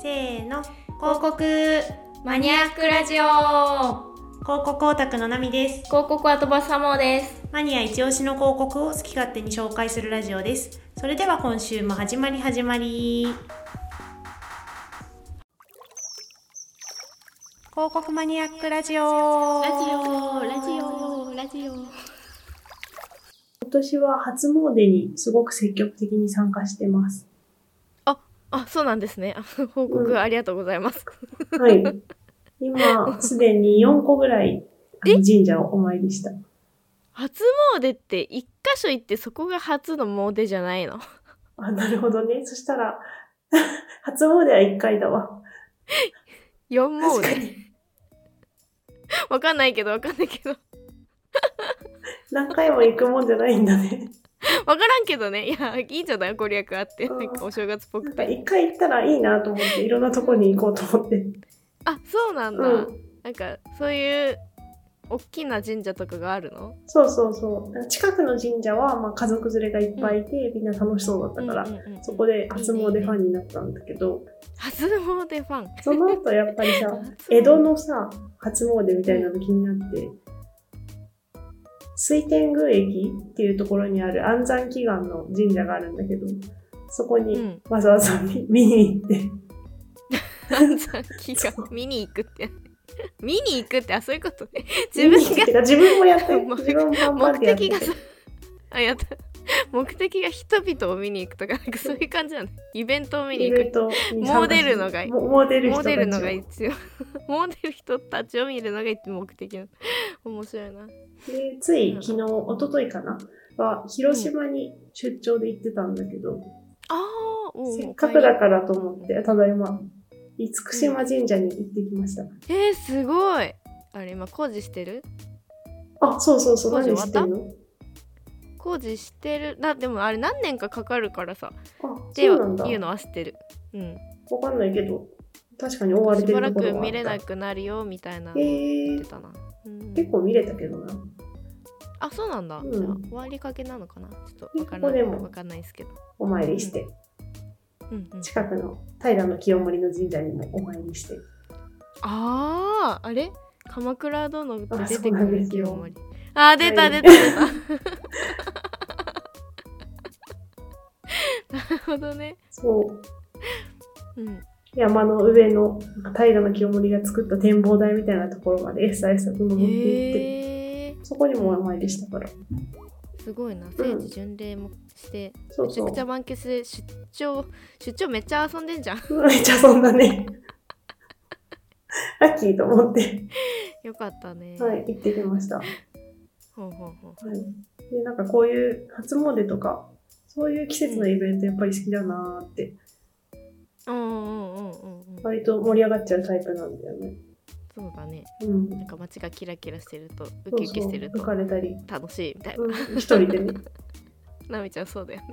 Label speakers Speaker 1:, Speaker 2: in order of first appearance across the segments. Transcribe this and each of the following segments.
Speaker 1: せーの
Speaker 2: 広告マニアックラジオ
Speaker 1: 広告オタクのナミです
Speaker 2: 広告は飛ばすサモーです
Speaker 1: マニア一押しの広告を好き勝手に紹介するラジオですそれでは今週も始まり始まり広告マニアックラジオ
Speaker 2: オラジオ
Speaker 1: 今年は初詣にすごく積極的に参加して ます
Speaker 2: あ、そうなんですね。あ 報告ありがとうございます。
Speaker 1: はい今すでに4個ぐらいあの神社をお参りした
Speaker 2: 初詣って一箇所行ってそこが初の詣じゃないの
Speaker 1: あ、なるほどね。そしたら、 初詣は1回だわ。
Speaker 2: 四
Speaker 1: 確か
Speaker 2: 詣
Speaker 1: に。
Speaker 2: わかんないけどわかんないけど
Speaker 1: 何回も行くもんじゃないんだ ね。
Speaker 2: わからんけどねいやいいんじゃないご利益あって
Speaker 1: うん
Speaker 2: なんかお正月っぽ
Speaker 1: なん
Speaker 2: く
Speaker 1: か
Speaker 2: て
Speaker 1: 1回行ったらいいなと思って、いろんなとこに行こうと思って。
Speaker 2: あそうなんだ、
Speaker 1: うん。
Speaker 2: なんかそういう大きな神社とかがあるの
Speaker 1: そうそうそう。近くの神社は、まあ、家族連れがいっぱいいて、みんな楽しそうだったから、
Speaker 2: うんうんうんうん
Speaker 1: そこで初詣ファンになったんだけど、
Speaker 2: 初詣ファ ン
Speaker 1: その後やっぱりさ
Speaker 2: 初、詣
Speaker 1: 江戸のさ、初詣みたいなの気になって、水天宮駅っていうところにある安産祈願の神社があるんだけど、そこ
Speaker 2: う
Speaker 1: に
Speaker 2: ん
Speaker 1: わざわざ見,、見に行って、
Speaker 2: 安産祈願見に行くって 見に行くってあそういうことね自
Speaker 1: 見に行くって
Speaker 2: 分
Speaker 1: か自分もやって る、
Speaker 2: 目
Speaker 1: 自分も頑張
Speaker 2: が
Speaker 1: っ
Speaker 2: 目
Speaker 1: てやっ
Speaker 2: 的
Speaker 1: て
Speaker 2: がさ あやった目的が人々を見に行くとかなんかそういう感じなのイベントを見に
Speaker 1: イ
Speaker 2: 行く
Speaker 1: ベントに
Speaker 2: モデルのがいい
Speaker 1: もモデル人
Speaker 2: モ
Speaker 1: たち
Speaker 2: デ
Speaker 1: を
Speaker 2: ルのが一応 モデル人たちを見るのが一目的なの面白いな
Speaker 1: でつい昨日、一昨日かなは広島に出張で行ってたんだけど、
Speaker 2: あーおう
Speaker 1: せっかくだからと思って、ただいま、厳島神社に行ってきました。
Speaker 2: お帰りえー、すごいあれ今工事してる
Speaker 1: あ、そうそうそう、
Speaker 2: 工事
Speaker 1: 何してんの
Speaker 2: 工事してるなでもあれ何年かかかるからさ
Speaker 1: あ、
Speaker 2: ってい
Speaker 1: そう
Speaker 2: う
Speaker 1: なんだ。
Speaker 2: のは知ってるうん
Speaker 1: わかんないけど、確かに追われ
Speaker 2: してば
Speaker 1: る
Speaker 2: ら
Speaker 1: ところ
Speaker 2: く
Speaker 1: はあった。
Speaker 2: 見れなくなるよみたいな
Speaker 1: え
Speaker 2: 言って
Speaker 1: ー、
Speaker 2: たな、うん、
Speaker 1: 結構見れたけどな。
Speaker 2: あそうなんだ、
Speaker 1: うん
Speaker 2: じゃあ終わりかけなのかなちょっとわから
Speaker 1: ここ
Speaker 2: な
Speaker 1: で
Speaker 2: い
Speaker 1: も
Speaker 2: わかんないですけど、
Speaker 1: お参りして、
Speaker 2: うんうん、
Speaker 1: 近くの平清盛の神社にもお参りして。
Speaker 2: あーあれ鎌倉殿って出て
Speaker 1: あそう
Speaker 2: く
Speaker 1: なんで
Speaker 2: る
Speaker 1: すよ
Speaker 2: 清盛あー出
Speaker 1: は
Speaker 2: た
Speaker 1: い
Speaker 2: 出た出た なるほどね
Speaker 1: そう。
Speaker 2: うん
Speaker 1: 山の上のなんか平清盛が作った展望台みたいなところまでエッサエッサと登っていって、
Speaker 2: へえ
Speaker 1: そこにもお参りしたから。
Speaker 2: すごいな聖地巡礼もして、
Speaker 1: そう
Speaker 2: めちゃ
Speaker 1: そう
Speaker 2: くち。ゃ満喫で出張出張めっちゃ遊んでんじゃ ん
Speaker 1: めっちゃそんなね。ラッキーと思って、
Speaker 2: よかったね
Speaker 1: はい、行ってきました。
Speaker 2: ほうほうほう
Speaker 1: はい、でなんかこういう初詣とかそういう季節のイベントやっぱり好きだなーって
Speaker 2: うんうんうんうんうん
Speaker 1: 割と盛り上がっちゃうタイプなんだよね。
Speaker 2: そうだね
Speaker 1: うん、
Speaker 2: なんか街がキラキラしてるとウキウキしてる
Speaker 1: そうそう浮
Speaker 2: と
Speaker 1: かれたり、
Speaker 2: 楽しいみたいな、
Speaker 1: うん、一人でね
Speaker 2: なみちゃんそうだよね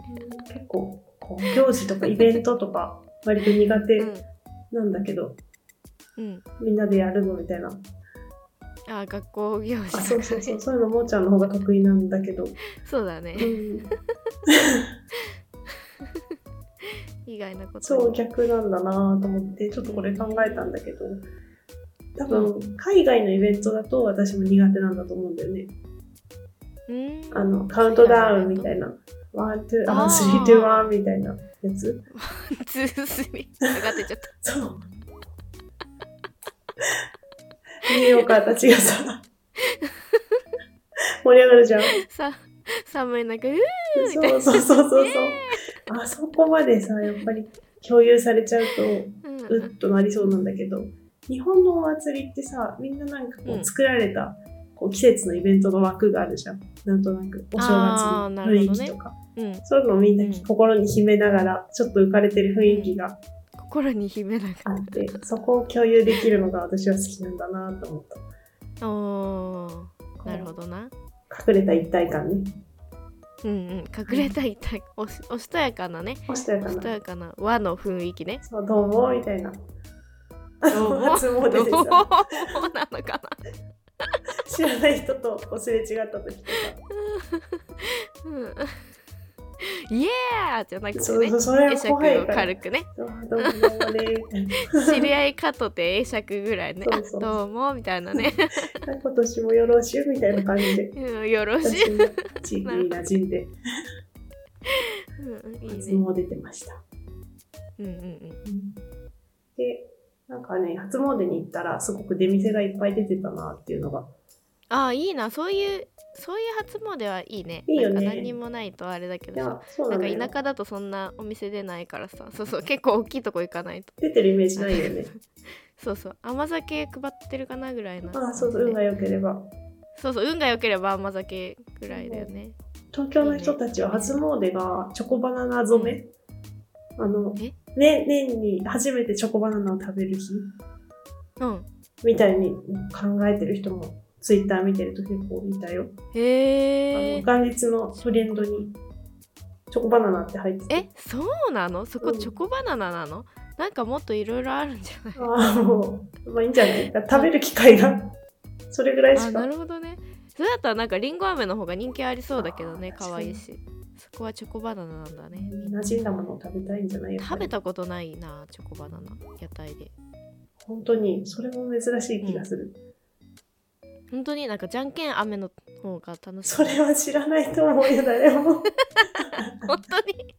Speaker 1: 結構こう行事とかイベントとか割と苦手
Speaker 2: う
Speaker 1: なんだけど、
Speaker 2: んうん
Speaker 1: みんなでやるのみたいな
Speaker 2: あー学校行事と
Speaker 1: あ
Speaker 2: か
Speaker 1: そうそう そうそういうのもーちゃんの方が得意なんだけど、
Speaker 2: そうだ
Speaker 1: う
Speaker 2: ね。
Speaker 1: ん、
Speaker 2: 意外なことに。
Speaker 1: そう逆なんだなーと思ってちょっとこれ考えたんだけど多分海外のイベントだと私も苦手なんだと思うんだよね。
Speaker 2: うーん。
Speaker 1: あの、カウントダウンみたいな。ワン、ツー、あ、
Speaker 2: あー
Speaker 1: スリー、ツー、ワンみたいなやつ。
Speaker 2: ずーすみ。上がってっちゃった。
Speaker 1: そう。ニューヨーカーたちがさ、盛り上が るじゃん。
Speaker 2: さ、寒い中、うーみたい
Speaker 1: そうそうそうそうそう。あそこまでさ、やっぱり共有されちゃう
Speaker 2: う
Speaker 1: と、
Speaker 2: ん
Speaker 1: うっとなりそうなんだけど、日本のお祭りってさ、みんななんかこ
Speaker 2: う
Speaker 1: うん作られた、こう季節のイベントの枠があるじゃん。なんとなく、お正
Speaker 2: あー
Speaker 1: 月
Speaker 2: な
Speaker 1: の
Speaker 2: る
Speaker 1: 雰
Speaker 2: ほ
Speaker 1: 囲
Speaker 2: どね
Speaker 1: 気とか。
Speaker 2: うん。
Speaker 1: そういうのをみんな
Speaker 2: うん
Speaker 1: 心に秘めながら、ちょっと浮かれてる雰囲気が
Speaker 2: 心に秘めなが
Speaker 1: あって、そこを共有できるのが私は好きなんだなと思っ
Speaker 2: ら。お
Speaker 1: た。
Speaker 2: ー。なるほ。どな。
Speaker 1: 隠れた一体感ね。
Speaker 2: うんうん。隠れたいたい。おし、おしとやかなね。
Speaker 1: おしたや
Speaker 2: お
Speaker 1: か
Speaker 2: しと
Speaker 1: な。
Speaker 2: やかな和の雰囲気ね。
Speaker 1: そう、どうも、みたいな。
Speaker 2: どうも
Speaker 1: 初詣
Speaker 2: どう
Speaker 1: でさ、
Speaker 2: なのかな。
Speaker 1: 知らない人とおすれ違った時とか、
Speaker 2: うん。イエーじゃなくて
Speaker 1: そうそ
Speaker 2: ね
Speaker 1: う、それ
Speaker 2: 会
Speaker 1: は
Speaker 2: 釈
Speaker 1: 怖い
Speaker 2: を
Speaker 1: から。
Speaker 2: 軽くね
Speaker 1: どうもどうもどうもねみたいな。
Speaker 2: 知り合いかとて会釈ぐらいね
Speaker 1: そ
Speaker 2: あ
Speaker 1: うそう
Speaker 2: どうもみたいなね
Speaker 1: 今年もよろしゅうみたいな感じで。
Speaker 2: うんよろしい
Speaker 1: 私も地域に馴染んで、
Speaker 2: うんいい
Speaker 1: 初
Speaker 2: ね
Speaker 1: 詣出てました。
Speaker 2: うんうん
Speaker 1: で、なんかね、初詣に行ったら、すごく出店がいっぱい出てたなっていうのが。
Speaker 2: うんあいいなそういうそういう初詣はいいね
Speaker 1: いいよね
Speaker 2: なんか何にもないとあれだけ
Speaker 1: い
Speaker 2: どさ
Speaker 1: や、そう
Speaker 2: な
Speaker 1: なんの
Speaker 2: か
Speaker 1: よ。
Speaker 2: 田舎だとそんなお店出ないからさそうそう結構大きいとこ行かないと
Speaker 1: 出てるイメージないよ ね。
Speaker 2: そうそう甘酒配ってるかなぐらいな
Speaker 1: ああ、そうそう、運が良ければ。
Speaker 2: そうそう運が良ければ甘酒ぐらいだよね
Speaker 1: 東京の人たちは初詣がチョコバナナ染め、あの、
Speaker 2: え
Speaker 1: ね、年に初めてチョコバナナを食べる日
Speaker 2: うん
Speaker 1: みたいに考えてる人も、ツイッター見てると結構いたよ。
Speaker 2: へ
Speaker 1: あの
Speaker 2: え
Speaker 1: 元日のトレンドに、チョコバナナって入ってて。
Speaker 2: えそうなのそこ
Speaker 1: うん
Speaker 2: チョコバナナなの、なんかもっといろいろあるんじゃない
Speaker 1: ああ、もう、まあいいんじゃない食べる機会が、それぐらい
Speaker 2: あ
Speaker 1: し
Speaker 2: な
Speaker 1: か。
Speaker 2: るほどねそれだったらなんかりんご飴の方が人気ありそうだけどね
Speaker 1: あー
Speaker 2: 可愛いしそこはチョコバナナなんだね
Speaker 1: 馴染んだものを食べたいんじゃない
Speaker 2: 食べたことないなチョコバナナ屋台で
Speaker 1: 本当に、それも珍しい気がする。
Speaker 2: 本当になんかじゃんけん飴の方が楽し い
Speaker 1: それは知らないと思うよ、誰も。
Speaker 2: 本当に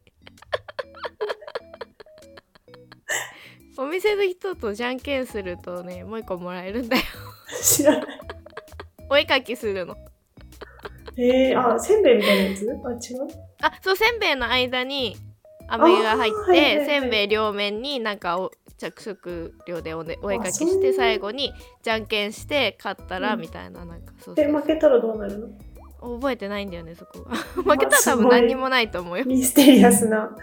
Speaker 2: お店の人とじゃんけんするとねもう一個もらえるんだよ
Speaker 1: 知らない。
Speaker 2: お絵かきするの
Speaker 1: えー、あ、せんべいみたいなやつあ、違う
Speaker 2: あそうせんべいの間に飴が入っ
Speaker 1: あー
Speaker 2: て、
Speaker 1: はいはいはい
Speaker 2: せんべい両面になんかお着色料でお,、ね、お絵かき
Speaker 1: あそ
Speaker 2: し
Speaker 1: んな
Speaker 2: て最後にじゃんけんして勝ったら
Speaker 1: うん
Speaker 2: みたいななんかそう
Speaker 1: で、
Speaker 2: そう
Speaker 1: 負けたらどうなるの
Speaker 2: 覚えてないんだよねそこは 負
Speaker 1: まあ
Speaker 2: けたら多
Speaker 1: すご
Speaker 2: 分
Speaker 1: い
Speaker 2: 何にもないと思うよ
Speaker 1: ミステリアスな。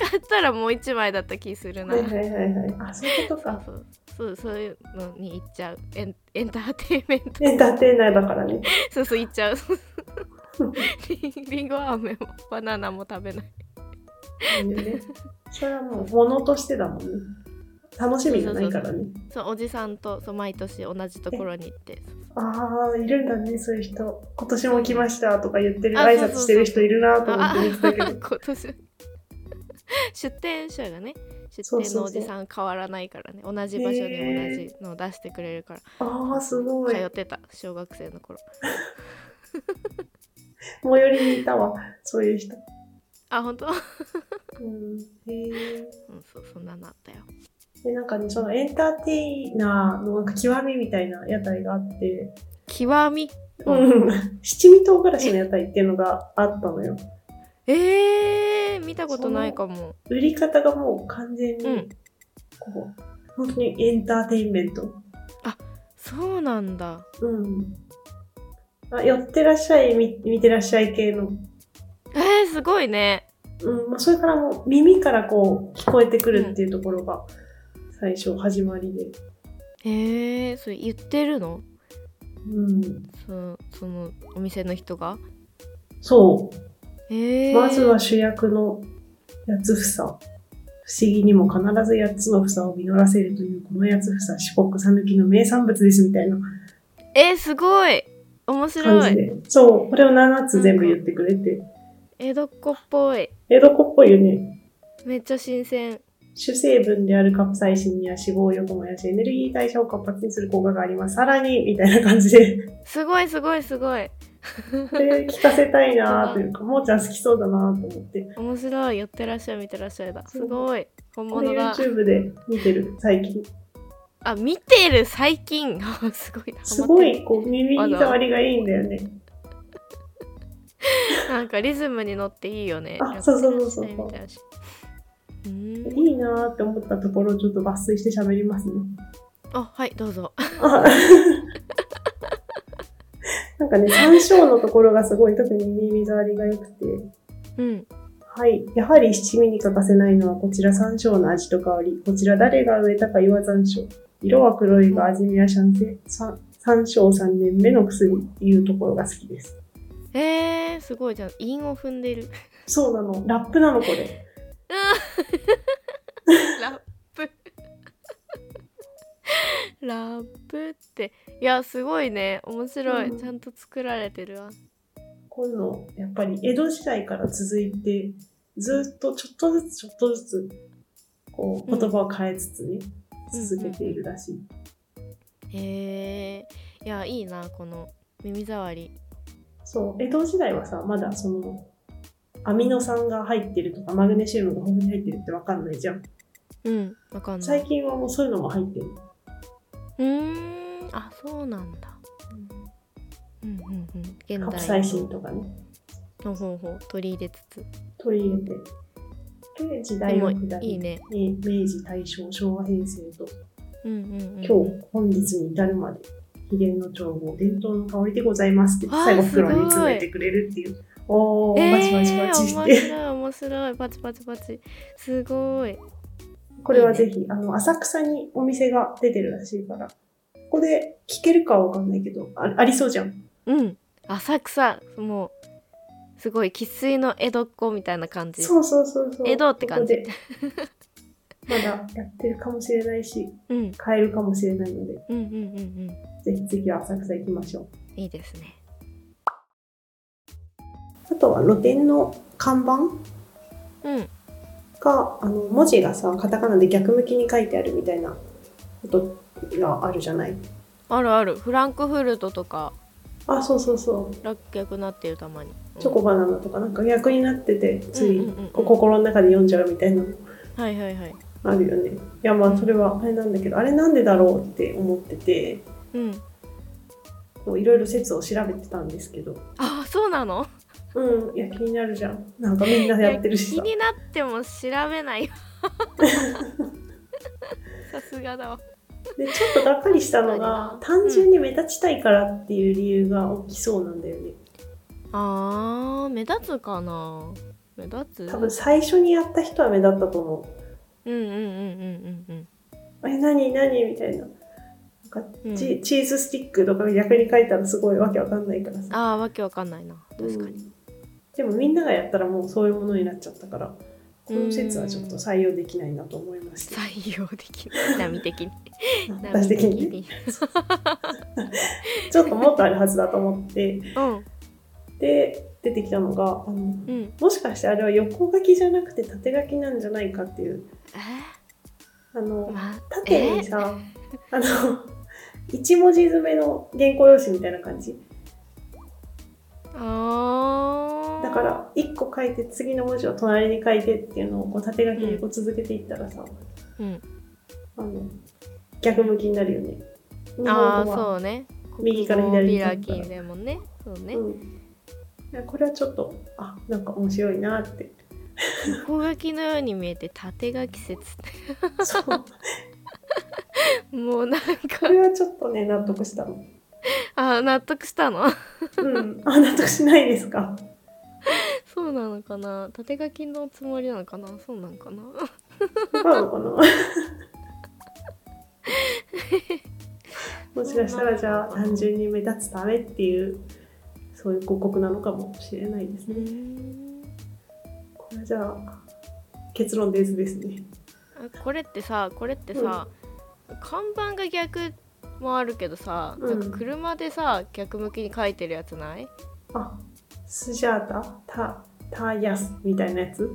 Speaker 2: 勝ったらもう一枚だった気するな
Speaker 1: はいはいはいはい。あ、そういうこと
Speaker 2: そう
Speaker 1: か。
Speaker 2: そうそうそういうのに行っちゃうエンエンターテインメント
Speaker 1: エンターテイナーだからね。
Speaker 2: そうそう行っ ちゃうりりんご飴もバナナも食べない
Speaker 1: なんでねそれはもう、物としてだもんね。楽しみがないからね。
Speaker 2: そうおじさんとそう毎年同じところに行って
Speaker 1: ああ、いるんだね、そういう人。今年も来ましたとか言ってる、
Speaker 2: あ
Speaker 1: 挨
Speaker 2: そうそう
Speaker 1: 拶
Speaker 2: そう
Speaker 1: してる人いるなと思っ
Speaker 2: あ
Speaker 1: て見てたけど。
Speaker 2: 今年出店者がね出
Speaker 1: そう
Speaker 2: 店
Speaker 1: そ
Speaker 2: の
Speaker 1: う
Speaker 2: お
Speaker 1: そう
Speaker 2: じさん変わらないからね同じ場所に同じのを出してくれるから
Speaker 1: ああ、すごい。
Speaker 2: 通っ
Speaker 1: 最
Speaker 2: てた小学生の頃
Speaker 1: 寄りにいたわ、そういう人。
Speaker 2: あ本当うん
Speaker 1: うん、へえ。
Speaker 2: そうそんなのあったよ
Speaker 1: で、なんかね、そのエンターテイナーのなんか極みみたいな屋台があって、
Speaker 2: 極み
Speaker 1: うん、 七味唐辛子の屋台っていうのがあったのよ。
Speaker 2: えー、見たことないかも
Speaker 1: 売り方がもう完全
Speaker 2: う
Speaker 1: に
Speaker 2: ん、
Speaker 1: こう、本当にエンターテインメント。
Speaker 2: そうなんだ
Speaker 1: うん。あ、寄ってらっしゃい、み見てらっしゃい系の
Speaker 2: えー、すごいね
Speaker 1: うんまあ、それからもう耳からこう聞こえてくるっていうところが最初始まりで、
Speaker 2: えー、それ言ってるの
Speaker 1: うん、
Speaker 2: そのそのお店の人が
Speaker 1: そう、
Speaker 2: えー、
Speaker 1: まずは主役の八つ房不思議にも必ず八つの房を実らせるというこの八つ房四国讃岐の名産物ですみたいな
Speaker 2: えー、すごい面
Speaker 1: 感
Speaker 2: 白
Speaker 1: じ
Speaker 2: い
Speaker 1: でそうこれを7つ全部言ってくれて
Speaker 2: 江戸っ子っぽい
Speaker 1: 江戸っ子っぽいよね
Speaker 2: めっちゃ新鮮
Speaker 1: 主成分であるカプサイシンには脂肪力もやしエネルギー代謝を活発にする効果がありますさらにみたいな感じです
Speaker 2: ごいすごいすごい
Speaker 1: これ聞かせたいなーというか、もーちゃん好きそうだなーと思って、
Speaker 2: 面白い寄ってらっしゃい見てらっしゃいだすごい本
Speaker 1: これ
Speaker 2: 物だ
Speaker 1: YouTube で見てる、最近。
Speaker 2: あ見てる最近 あすごいな
Speaker 1: すご
Speaker 2: ハマって
Speaker 1: い、こう、耳障りがいいんだよね。
Speaker 2: るなんかリズムに乗っていいよね
Speaker 1: あそうそうそうそう
Speaker 2: 寄ってらっしゃい見てらっしゃいうーん
Speaker 1: いいなーって思ったところ、ちょっと抜粋して喋りますね。
Speaker 2: あはいどうぞ
Speaker 1: あなんかね、山椒のところがすごい、特に耳障りが良くて。
Speaker 2: うん
Speaker 1: はい。やはり七味に欠かせないのはこちら山椒の味と香り。こちら誰が植えたか岩山椒。色は黒いが味見はシャンセ。さ山椒3年目の薬っていうところが好きです。
Speaker 2: えー、すごいじゃん韻を踏んでる
Speaker 1: そうなの。ラップなの、これ。
Speaker 2: うんラップラップっていやすごいね面白い、
Speaker 1: うん
Speaker 2: ちゃんと作られてるわ
Speaker 1: こういうの、やっぱり江戸時代から続いて、ずっとちょっとずつちょっとずつ、こう、
Speaker 2: うん
Speaker 1: 言葉を変えつつね、
Speaker 2: うん
Speaker 1: 続けているらしい。
Speaker 2: へえいやいいなこの耳障り
Speaker 1: そう、江戸時代はさ、まだその、アミノ酸が入ってるとか、マグネシウムが豊富に入ってるってわかんないじゃん。
Speaker 2: うんわかんない
Speaker 1: 最近はもうそういうのも入ってる。
Speaker 2: うーんあそうなんだうんうんうん現代
Speaker 1: カプサイシンとかね、
Speaker 2: ほうほうほう取り入れつつ
Speaker 1: 取り入れて。で、時
Speaker 2: で
Speaker 1: 代
Speaker 2: も
Speaker 1: を下
Speaker 2: いい
Speaker 1: り、
Speaker 2: ね
Speaker 1: ね明治、大正、昭和、平成と、
Speaker 2: うんうん、うん、
Speaker 1: 今日、本日に至るまで、秘伝の調合、伝統の香りでございますって、
Speaker 2: わあ
Speaker 1: 最後袋に
Speaker 2: すごい
Speaker 1: 詰めてくれるっていう。おー、
Speaker 2: えー、
Speaker 1: バチバチバチ
Speaker 2: 面
Speaker 1: って。
Speaker 2: 白い面白いパチパチパチすごい
Speaker 1: これはぜひ、あの、浅草にお店が出てるらしいから、ここで聞けるかはわかんないけど、あありそうじゃん。
Speaker 2: うん浅草もうすごい生粋の江戸っ子みたいな感じ
Speaker 1: そうそうそうそう。
Speaker 2: 江戸って感じ
Speaker 1: ここでまだやってるかもしれないし、
Speaker 2: うん
Speaker 1: 買えるかもしれないので、
Speaker 2: うんうんうんうん
Speaker 1: ぜひ次は浅草行きましょう。
Speaker 2: いいですね
Speaker 1: あとは露店の看板
Speaker 2: うん
Speaker 1: が、あの、文字がさ、カタカナで逆向きに書いてあるみたいなことがあるじゃない
Speaker 2: あるあるフランクフルトとか
Speaker 1: あ、そうそうそう。
Speaker 2: 楽曲なってるたまに、うん
Speaker 1: チョコバナナとかなんか逆になってて、つい、
Speaker 2: うんうんうんうん
Speaker 1: こう心の中で読んじゃうみたいなの
Speaker 2: はいはいはい
Speaker 1: あるよね。いや、まあ、それはあれなんだけど、あれなんでだろうって思ってて、
Speaker 2: うん
Speaker 1: こういろいろ説を調べてたんですけど、
Speaker 2: あそうなの
Speaker 1: うん、いや、気になるじゃん。なんかみんなやってるし
Speaker 2: 気
Speaker 1: さ。
Speaker 2: になっても調べな いよさすがだわ
Speaker 1: で、ちょっとがっかりしたの が、単純に目立ちたいからっていう理由が大きそうなんだよね。
Speaker 2: あー目立つかな目立つ
Speaker 1: 多分最初にやった人は目立ったと思う。
Speaker 2: うんうんうんうんうんうん
Speaker 1: え、何何みたいな。なんか
Speaker 2: うん
Speaker 1: チチーズスティックとか逆に書いたらすごいわけわかんないからさ。
Speaker 2: あーわけわかんないな確か
Speaker 1: う
Speaker 2: に、
Speaker 1: んでもみんながやったらもうそういうものになっちゃったから、この説はちょっと採用できないなと思いました。
Speaker 2: 採用でき ない波的に
Speaker 1: 私的にね。ちょっともっとあるはずだと思って。
Speaker 2: うん
Speaker 1: で、出てきたのが、あの、
Speaker 2: うん
Speaker 1: もしかしてあれは横書きじゃなくて縦書きなんじゃないかっていう。
Speaker 2: え
Speaker 1: あの
Speaker 2: ー、、ま
Speaker 1: 縦にさ、あの、一文字詰めの原稿用紙みたいな感じ。
Speaker 2: あー
Speaker 1: だから1個書いて次の文字を隣に書いてっていうのをこう縦書きでこう続けていったらさ、
Speaker 2: うん
Speaker 1: あの逆向きになるよね。
Speaker 2: あ
Speaker 1: 日本
Speaker 2: あ
Speaker 1: 語は
Speaker 2: そうね
Speaker 1: 右から左に
Speaker 2: 開きでもねそうね、
Speaker 1: うんいやこれはちょっとあなんか面白いなって。
Speaker 2: 横書きのように見えて縦書き説
Speaker 1: そうこ
Speaker 2: もうなんか
Speaker 1: れはちょっとね納得したの。
Speaker 2: あ納得したの
Speaker 1: うん、あ納得しないですか。
Speaker 2: そうなのかな縦書きのつもりなのかなそうなんかな
Speaker 1: 違うのかな。もしかしたらじゃあ単純に目立つためっていうそういう広告なのかもしれないです
Speaker 2: う
Speaker 1: ね。
Speaker 2: ーん
Speaker 1: これじゃあ結論ですですね。
Speaker 2: あこれってさこれってさ、看板が逆もあるけどさ、
Speaker 1: うん
Speaker 2: なんか車でさ逆向きに書いてるやつない
Speaker 1: あ、スジャータ、タ、タヤスみたいなやつ。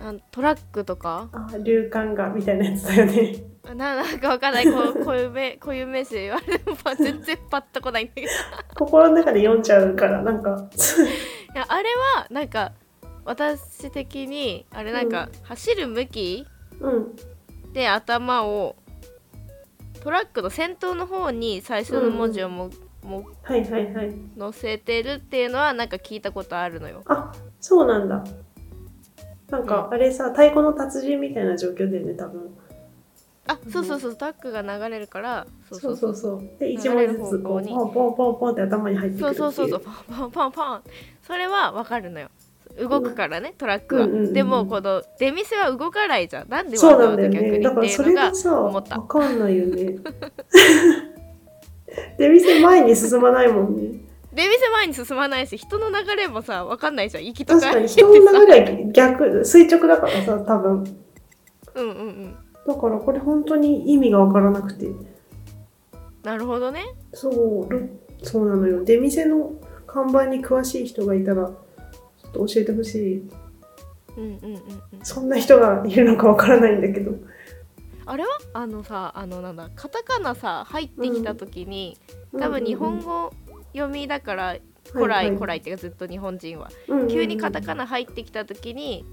Speaker 2: あトラックとか
Speaker 1: あ、流感がみたいなやつだよね。
Speaker 2: ななんかわかんないこうこういう名こういう名詞で言われてもまあ全然パッとこないん だけど
Speaker 1: 心の中で読んじゃうからなんか。
Speaker 2: いやあれはなんか私的にあれなんか、走る向き
Speaker 1: うん。
Speaker 2: で頭をトラックの先頭の方に最初の文字をも、も
Speaker 1: はいはいはい。
Speaker 2: 載せてるっていうのはなんか聞いたことあるのよ。
Speaker 1: あ、そうなんだ。なんかあれさ、太鼓の達人みたいな状況だよね多分。
Speaker 2: あそうそうそうトラックが流れるからそうそうそう
Speaker 1: うそう。で
Speaker 2: 流
Speaker 1: 一文
Speaker 2: れる
Speaker 1: 字ずつこ
Speaker 2: 方向
Speaker 1: う
Speaker 2: に
Speaker 1: ポンポンポンポンって頭に入ってくる
Speaker 2: そ
Speaker 1: っ
Speaker 2: う
Speaker 1: てい。
Speaker 2: そううそうそうパンパンパンパンそれはわかるのよ。動くからねトラックは、
Speaker 1: うんうんうんうん
Speaker 2: でもこの出店は動かないじゃんなんでわ
Speaker 1: そ
Speaker 2: ざ
Speaker 1: うな
Speaker 2: わ
Speaker 1: んだよ
Speaker 2: ざ逆にって
Speaker 1: ね。だから
Speaker 2: い
Speaker 1: そう
Speaker 2: の
Speaker 1: れ
Speaker 2: が
Speaker 1: がさ、
Speaker 2: 思った
Speaker 1: わかんないよね。 出店前に進まないもんね。
Speaker 2: 出店前に進まないし人の流れもさわかんないじゃん行きと
Speaker 1: 確
Speaker 2: か
Speaker 1: かに人の流れは逆、垂直だからさ、多分。
Speaker 2: うんうんうん
Speaker 1: だからこれ本当に意味がわからなくて。
Speaker 2: なるほどね
Speaker 1: そう、ろそうなのよ。出店の看板に詳しい人がいたら、ちょっと教えてほしい。
Speaker 2: うんうんうんうん
Speaker 1: そんな人がいるのかわからないんだけど。
Speaker 2: あれはあのさあのなんだカタカナさ入ってきた時に、多分日本語読みだから古来、古来っていうかずっと日本人は、急にカタ
Speaker 1: ナ。
Speaker 2: カナ入ってきた時に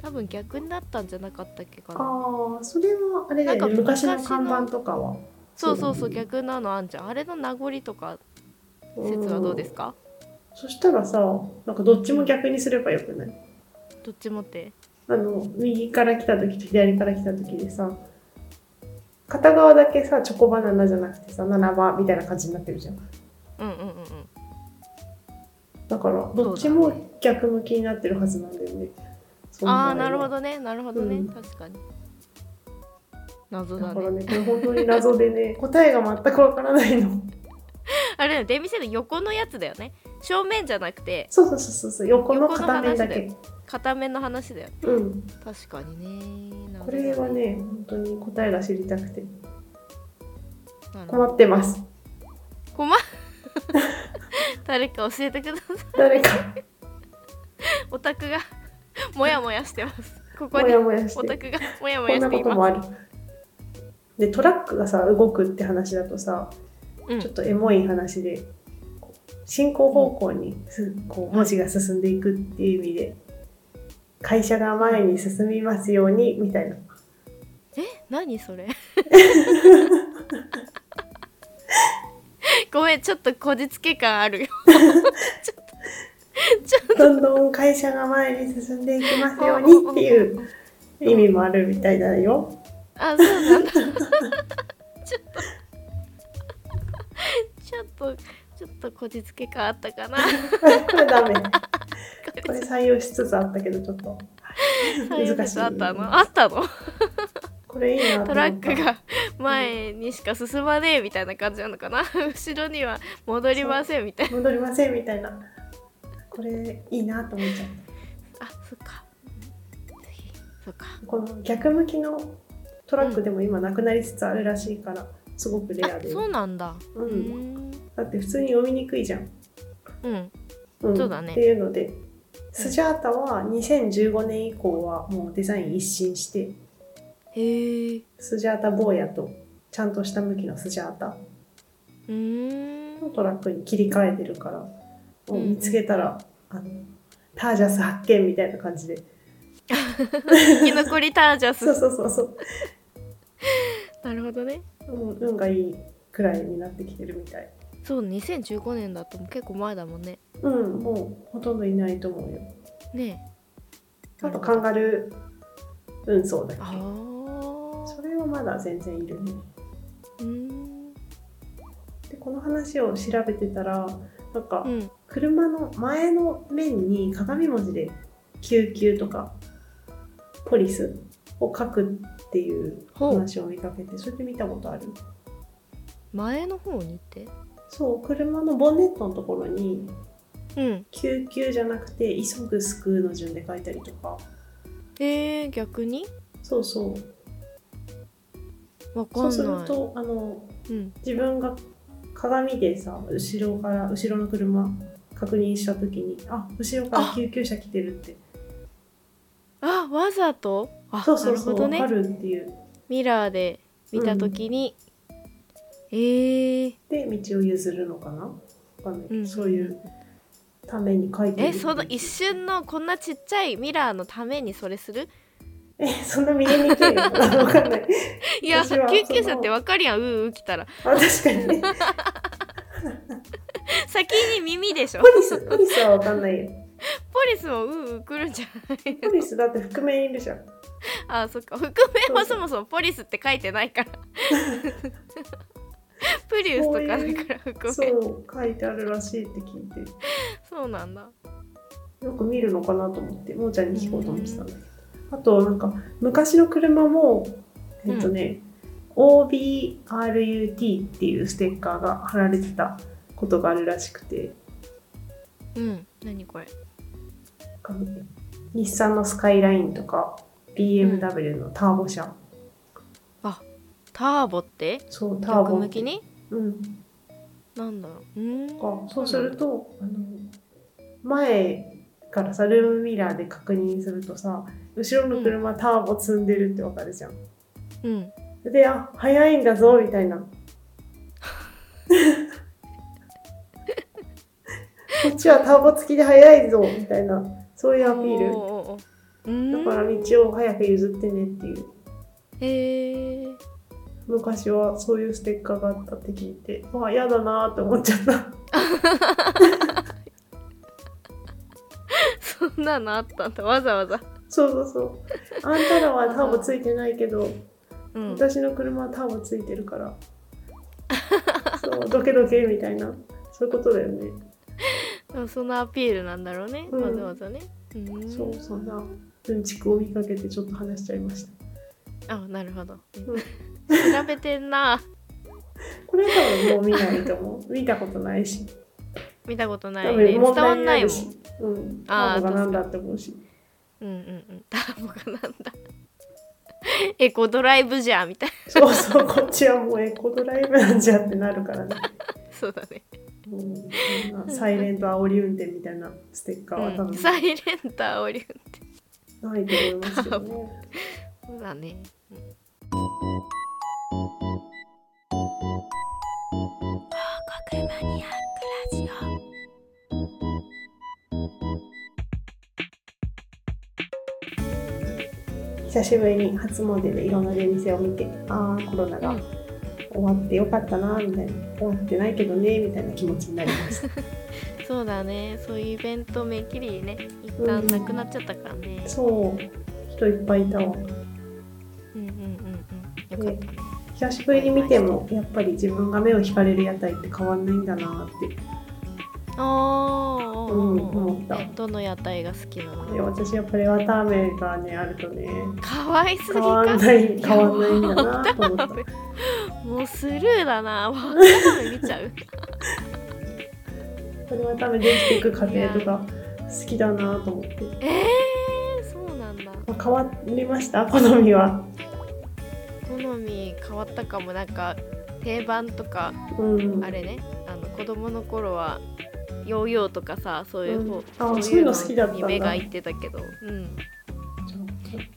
Speaker 2: 多分逆になったんじゃなかったっけかな
Speaker 1: ああ、それはあれだよ
Speaker 2: なん
Speaker 1: ね。
Speaker 2: か昔
Speaker 1: 昔
Speaker 2: の
Speaker 1: の看板とかは。
Speaker 2: そうそうそう
Speaker 1: うん
Speaker 2: 逆なのあんじゃんあれの名残とか
Speaker 1: うん
Speaker 2: 説はどうですか
Speaker 1: そしたらさ、なんかどっちも逆にすればよくない
Speaker 2: どっちもって
Speaker 1: あの右から来た時と左から来た時でさ片側だけさチョコバナナじゃなくてさ7番みたいな感じになってるじゃん
Speaker 2: うんうんうんうん
Speaker 1: だからどっちも逆向きになってるはずなんだよねその場合は
Speaker 2: ああーなるほどねなるほどね、
Speaker 1: うん
Speaker 2: 確かに謎
Speaker 1: だ
Speaker 2: だ
Speaker 1: か
Speaker 2: ね
Speaker 1: らねこれ本当に謎で ね答えが全くわからないの
Speaker 2: あれだよ出店の横のやつだよね正面じゃなくて
Speaker 1: そうそうそうそうそう横の片面だ
Speaker 2: 横
Speaker 1: け
Speaker 2: 片面の話だよね
Speaker 1: うん
Speaker 2: 確かにね
Speaker 1: これはね本当に答えが知りたくて
Speaker 2: なるほど
Speaker 1: 困ってます
Speaker 2: 困っ 誰か教えてください
Speaker 1: 誰か
Speaker 2: オタクが もやもやしてます ここ
Speaker 1: モ
Speaker 2: に
Speaker 1: ヤモヤし
Speaker 2: オ
Speaker 1: て
Speaker 2: タ クがもやも
Speaker 1: こ
Speaker 2: や
Speaker 1: ん
Speaker 2: し
Speaker 1: な
Speaker 2: て
Speaker 1: こ
Speaker 2: い
Speaker 1: と
Speaker 2: ま
Speaker 1: もあるでトラックがさ動くって話だとさ
Speaker 2: すうん
Speaker 1: ちょっとエモい話でこう進行方向にすこう文字が進んでいくっていう意味で会社が前に進みますようにみ たいな
Speaker 2: え何それ ごめんちょっとこじつけ感あるよ
Speaker 1: どんどん会社が前に進んでいきますようにっていう意味もあるみたいだ よ。
Speaker 2: あそうなんだちょっとちょっとちょっとこじつけ感あったかな
Speaker 1: これダメ
Speaker 2: これ
Speaker 1: これ採用しつつあったけどちょっと
Speaker 2: 採用
Speaker 1: 難しい
Speaker 2: 率あったのあったの
Speaker 1: これいいなと思った
Speaker 2: トラックが前にしか進まねえみたいな感じなのかな後ろには戻りませんみたいな
Speaker 1: 戻りませんみたいなこれいいなと思っちゃった。
Speaker 2: あそっか次そっか
Speaker 1: この逆向きのトラックでも今なくなりつつあるらしいから、すごくレア
Speaker 2: あ
Speaker 1: で
Speaker 2: そうなんだ
Speaker 1: うん
Speaker 2: うーん
Speaker 1: だって普通に読みにくいじゃん、
Speaker 2: うん
Speaker 1: うん
Speaker 2: そうだね
Speaker 1: っていうのでスジャータは2015年以降はもうデザイン一新して
Speaker 2: へえ
Speaker 1: スジャータ坊やとちゃんとした向きのスジャータ
Speaker 2: うー
Speaker 1: の
Speaker 2: ん
Speaker 1: トラックに切り替えてるから、もう
Speaker 2: うん
Speaker 1: 見つけたらあのタージャス発見みたいな感じで
Speaker 2: 生き残りタージャ
Speaker 1: そう
Speaker 2: ス
Speaker 1: そうそうそう
Speaker 2: なるほどね
Speaker 1: うん運がいいくらいになってきてるみたい
Speaker 2: そう2015年だと結構前だもんね
Speaker 1: うんもうほとんどいないと思うよ
Speaker 2: ねえ
Speaker 1: あとカンガルー運送だっけ
Speaker 2: あー
Speaker 1: それはまだ全然いるね
Speaker 2: うーん
Speaker 1: でこの話を調べてたらなんか
Speaker 2: うん
Speaker 1: 車の前の面に鏡文字で「救急」とか「ポリス」を書くっていう
Speaker 2: ほう
Speaker 1: 話を見かけてそれで見たことある
Speaker 2: 前の方にって
Speaker 1: そう車のボンネットのところに
Speaker 2: うん
Speaker 1: 「救急」じゃなくて「急ぐ救う」の順で書いたりとか
Speaker 2: えー、逆に
Speaker 1: そうそう
Speaker 2: わかん
Speaker 1: そ
Speaker 2: な
Speaker 1: う
Speaker 2: い
Speaker 1: するとあの
Speaker 2: うん
Speaker 1: 自分が鏡でさ後ろから後ろの車確認した時にあ後ろから
Speaker 2: あ
Speaker 1: 救急車来てるって
Speaker 2: あわざとあ
Speaker 1: そうそうそう、
Speaker 2: なるほど
Speaker 1: わか
Speaker 2: ね
Speaker 1: るっていう
Speaker 2: ミラーで見た時に、えー、
Speaker 1: で道を譲るのかなわかんないけど
Speaker 2: うん
Speaker 1: そういうために書いてる
Speaker 2: えその一瞬のこんなちっちゃいミラーのためにそれする
Speaker 1: えそんな見えにくいの かなわかんない
Speaker 2: いや
Speaker 1: 私は
Speaker 2: 救急
Speaker 1: そ
Speaker 2: 車
Speaker 1: の
Speaker 2: ってわかるやんうーうー来たら
Speaker 1: あ確かにね
Speaker 2: 先に耳で しょ
Speaker 1: ポリスポリスはわかんないよ
Speaker 2: ポリスもうーうー来るんじゃない
Speaker 1: ポリスだって覆面いるじゃん
Speaker 2: あそっか覆面はそもそもポリスって書いてないからプリウスとかだから覆面そ
Speaker 1: そうう書いてあるらしいって聞いて
Speaker 2: なんだ
Speaker 1: よく見るのかなと思ってもーちゃんに聞こうと思ってたんだけどあとなんか昔の車もえっとね、OBRUT っていうステッカーが貼られてたことがあるらしくて
Speaker 2: うん何これ
Speaker 1: 日産のスカイラインとか BMW のターボ車、
Speaker 2: ターボって
Speaker 1: そうター
Speaker 2: 逆
Speaker 1: ボ
Speaker 2: 向きに
Speaker 1: うん、
Speaker 2: なんだろううん
Speaker 1: かそうするとあの前からさルームミラーで確認するとさ後ろの車ターボ積んでるってわかるじゃん。
Speaker 2: うん
Speaker 1: であ早いんだぞみた いな。こっちはターボ付きで早いぞみたいなそういうアピール。
Speaker 2: おーおーおー
Speaker 1: だから道を早く譲ってねっていう
Speaker 2: うんへえ
Speaker 1: 昔はそういうステッカーがあったって聞いてわあ嫌だなーって思っちゃった。
Speaker 2: そんなのあったんだわざわざ
Speaker 1: そうそうそう。あんたらはターボついてないけど、
Speaker 2: うん
Speaker 1: 私の車はターボついてるから。そう、どけどけみたいな。そういうことだよね。
Speaker 2: でもそのアピールなんだろうね、
Speaker 1: うん
Speaker 2: わざわざねうん
Speaker 1: そう、そんな。うんちくを見かけてちょっと話しちゃいました。
Speaker 2: あなるほど、
Speaker 1: ん
Speaker 2: 調べて んな
Speaker 1: これ多分もう見ないと思う。見たことないし。
Speaker 2: 見たことな
Speaker 1: 多
Speaker 2: いね
Speaker 1: 分
Speaker 2: 伝
Speaker 1: 問
Speaker 2: わ
Speaker 1: 題
Speaker 2: ん
Speaker 1: に
Speaker 2: ない
Speaker 1: る
Speaker 2: もん
Speaker 1: し。うん。タ
Speaker 2: あー
Speaker 1: ーボがなんだって思うし。
Speaker 2: うんうんうんターボがなんだ エコドライブじゃんみたい
Speaker 1: そうそう、こっちはもうエコドライブなんじゃってなるから ね。
Speaker 2: なそうだね、
Speaker 1: うんそんなサイレント煽り運転みたいなステッカーは多
Speaker 2: うん
Speaker 1: 分
Speaker 2: サイレンターオリ
Speaker 1: ないと思いますけどね。
Speaker 2: そうだね
Speaker 1: 久しぶりに初詣でいろんな出店を見てああコロナが
Speaker 2: うん
Speaker 1: 終わってよかったなみたいな終わってないけどねみたいな気持ちになりました
Speaker 2: そうだねそういうイベントめっきりね一旦なくなっちゃったからね、
Speaker 1: そう人いっぱいいたわ
Speaker 2: うん、うんうんうんよかったね
Speaker 1: 久しぶりに見てもやっぱり自分が目を引かれる屋台って変わんないんだなって
Speaker 2: あーおーおーおー
Speaker 1: うん思った
Speaker 2: えどの屋台が好きな
Speaker 1: で
Speaker 2: の
Speaker 1: 私やっぱり綿飴がねあるとね
Speaker 2: かわいすぎ
Speaker 1: 変わ
Speaker 2: か
Speaker 1: んない変わんないんだなと思った
Speaker 2: もうスルーだなわかんない見ちゃう
Speaker 1: これ綿飴できていく過程とか好きだなと思って、
Speaker 2: えー、そうなんだ
Speaker 1: まあ、変わりました好みは
Speaker 2: 好み変わったかもなんか定番とか
Speaker 1: うん
Speaker 2: あれねあの子供の頃はヨーヨーとかさそういう方、
Speaker 1: うんあそういうの好きだったんだ
Speaker 2: に目がいってたけど、うん、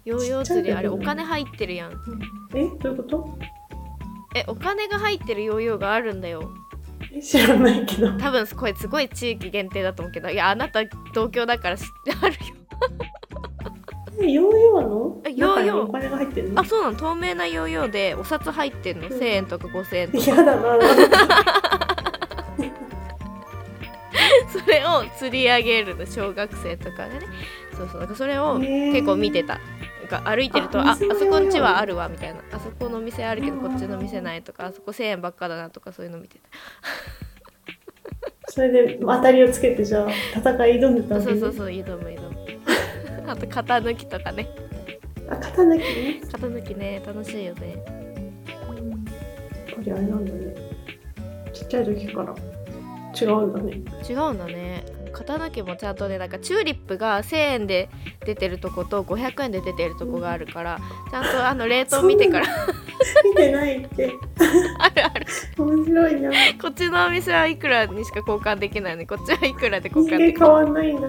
Speaker 2: ヨーヨー
Speaker 1: ちっちゃい
Speaker 2: 釣
Speaker 1: 時
Speaker 2: り
Speaker 1: の
Speaker 2: あれお金入ってるやん
Speaker 1: えどういうこと
Speaker 2: えお金が入ってるヨーヨーがあるんだよ
Speaker 1: え知らないけど
Speaker 2: 多分これすごい地域限定だと思うけどいやあなた同郷だから知ってあるよ
Speaker 1: えヨーヨーの
Speaker 2: あヨーヨー
Speaker 1: 中にお金が入ってるの
Speaker 2: あそうなの透明なヨーヨーでお札入ってんの
Speaker 1: うん
Speaker 2: 1000円とか5000円とか
Speaker 1: 嫌だな
Speaker 2: それを釣り上げるの小学生とかがねそうそうだからそれを
Speaker 1: へー
Speaker 2: 結構見てたなんか歩いてると「あ
Speaker 1: あ
Speaker 2: あ
Speaker 1: お店の
Speaker 2: そこんち
Speaker 1: よう
Speaker 2: は
Speaker 1: な
Speaker 2: あるわ」みたいな「あそこの店あるけどこっちの店ない」とか「あそこ1,000円ばっかだな」とかそういうの見てた
Speaker 1: それで当たりをつけてじゃあ戦い挑んでたわけ
Speaker 2: そう
Speaker 1: ね
Speaker 2: そうそういいと思ういいと思う あと型抜きとかね
Speaker 1: あ肩抜きね、
Speaker 2: 型抜きね楽しいよね
Speaker 1: やっぱりあれなんだねちっちゃい時から違うんだ ね
Speaker 2: 違うんだね型抜きもちゃんとねなんかチューリップが1,000円で出てるとこと500円で出てるとこがあるからちゃんとあの冷凍見てから
Speaker 1: 見てないって
Speaker 2: あるある
Speaker 1: 面白いな
Speaker 2: こっちのお店はいくらにしか交換できないのにこっちはいくらで
Speaker 1: 人
Speaker 2: 交換
Speaker 1: 間
Speaker 2: でき
Speaker 1: 変
Speaker 2: る
Speaker 1: わんないんだ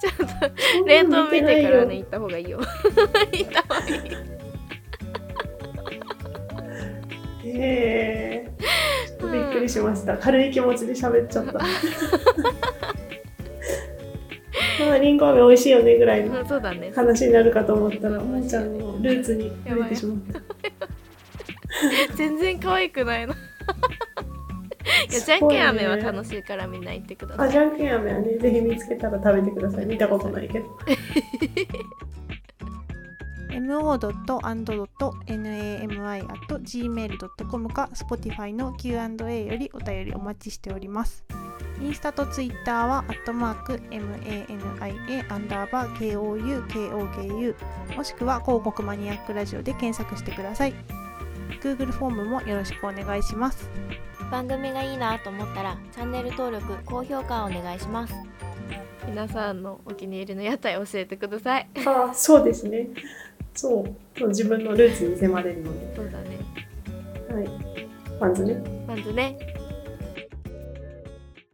Speaker 2: ちゃんと
Speaker 1: そんな
Speaker 2: 冷
Speaker 1: の
Speaker 2: 凍見てか
Speaker 1: な
Speaker 2: ら
Speaker 1: い
Speaker 2: ね
Speaker 1: よ
Speaker 2: 行った方がいいよ行った方がいい
Speaker 1: へえちょっとびっくりしました、軽い気持ちで喋っちゃったまあリンゴ飴美味しいよねぐらいの
Speaker 2: うん そうだね
Speaker 1: 話になるかと思ったらもんちゃんのルーツに触れてしまった
Speaker 2: 全然可愛く ないないやじゃんけん飴は楽しいからみんな行ってくださ
Speaker 1: あ
Speaker 2: い
Speaker 1: じゃんけん飴はねぜひ見つけたら食べてください見たことないけど
Speaker 3: mo.and.nami.gmail.com か Spotify の Q&A よりお便りお待ちしております。インスタとツイッターは、アットマーク、mania アンダーバー kou、koku、もしくは広告マニアックラジオで検索してください。Google フォームもよろしくお願いします。
Speaker 4: 番組がいいなと思ったらチャンネル登録高評価をお願いします
Speaker 2: 皆さんのお気に入りの屋台教えてください
Speaker 1: あそうですねそう自分のルーツに迫れるので
Speaker 2: そうだね
Speaker 1: はい。パンツね。
Speaker 2: まずね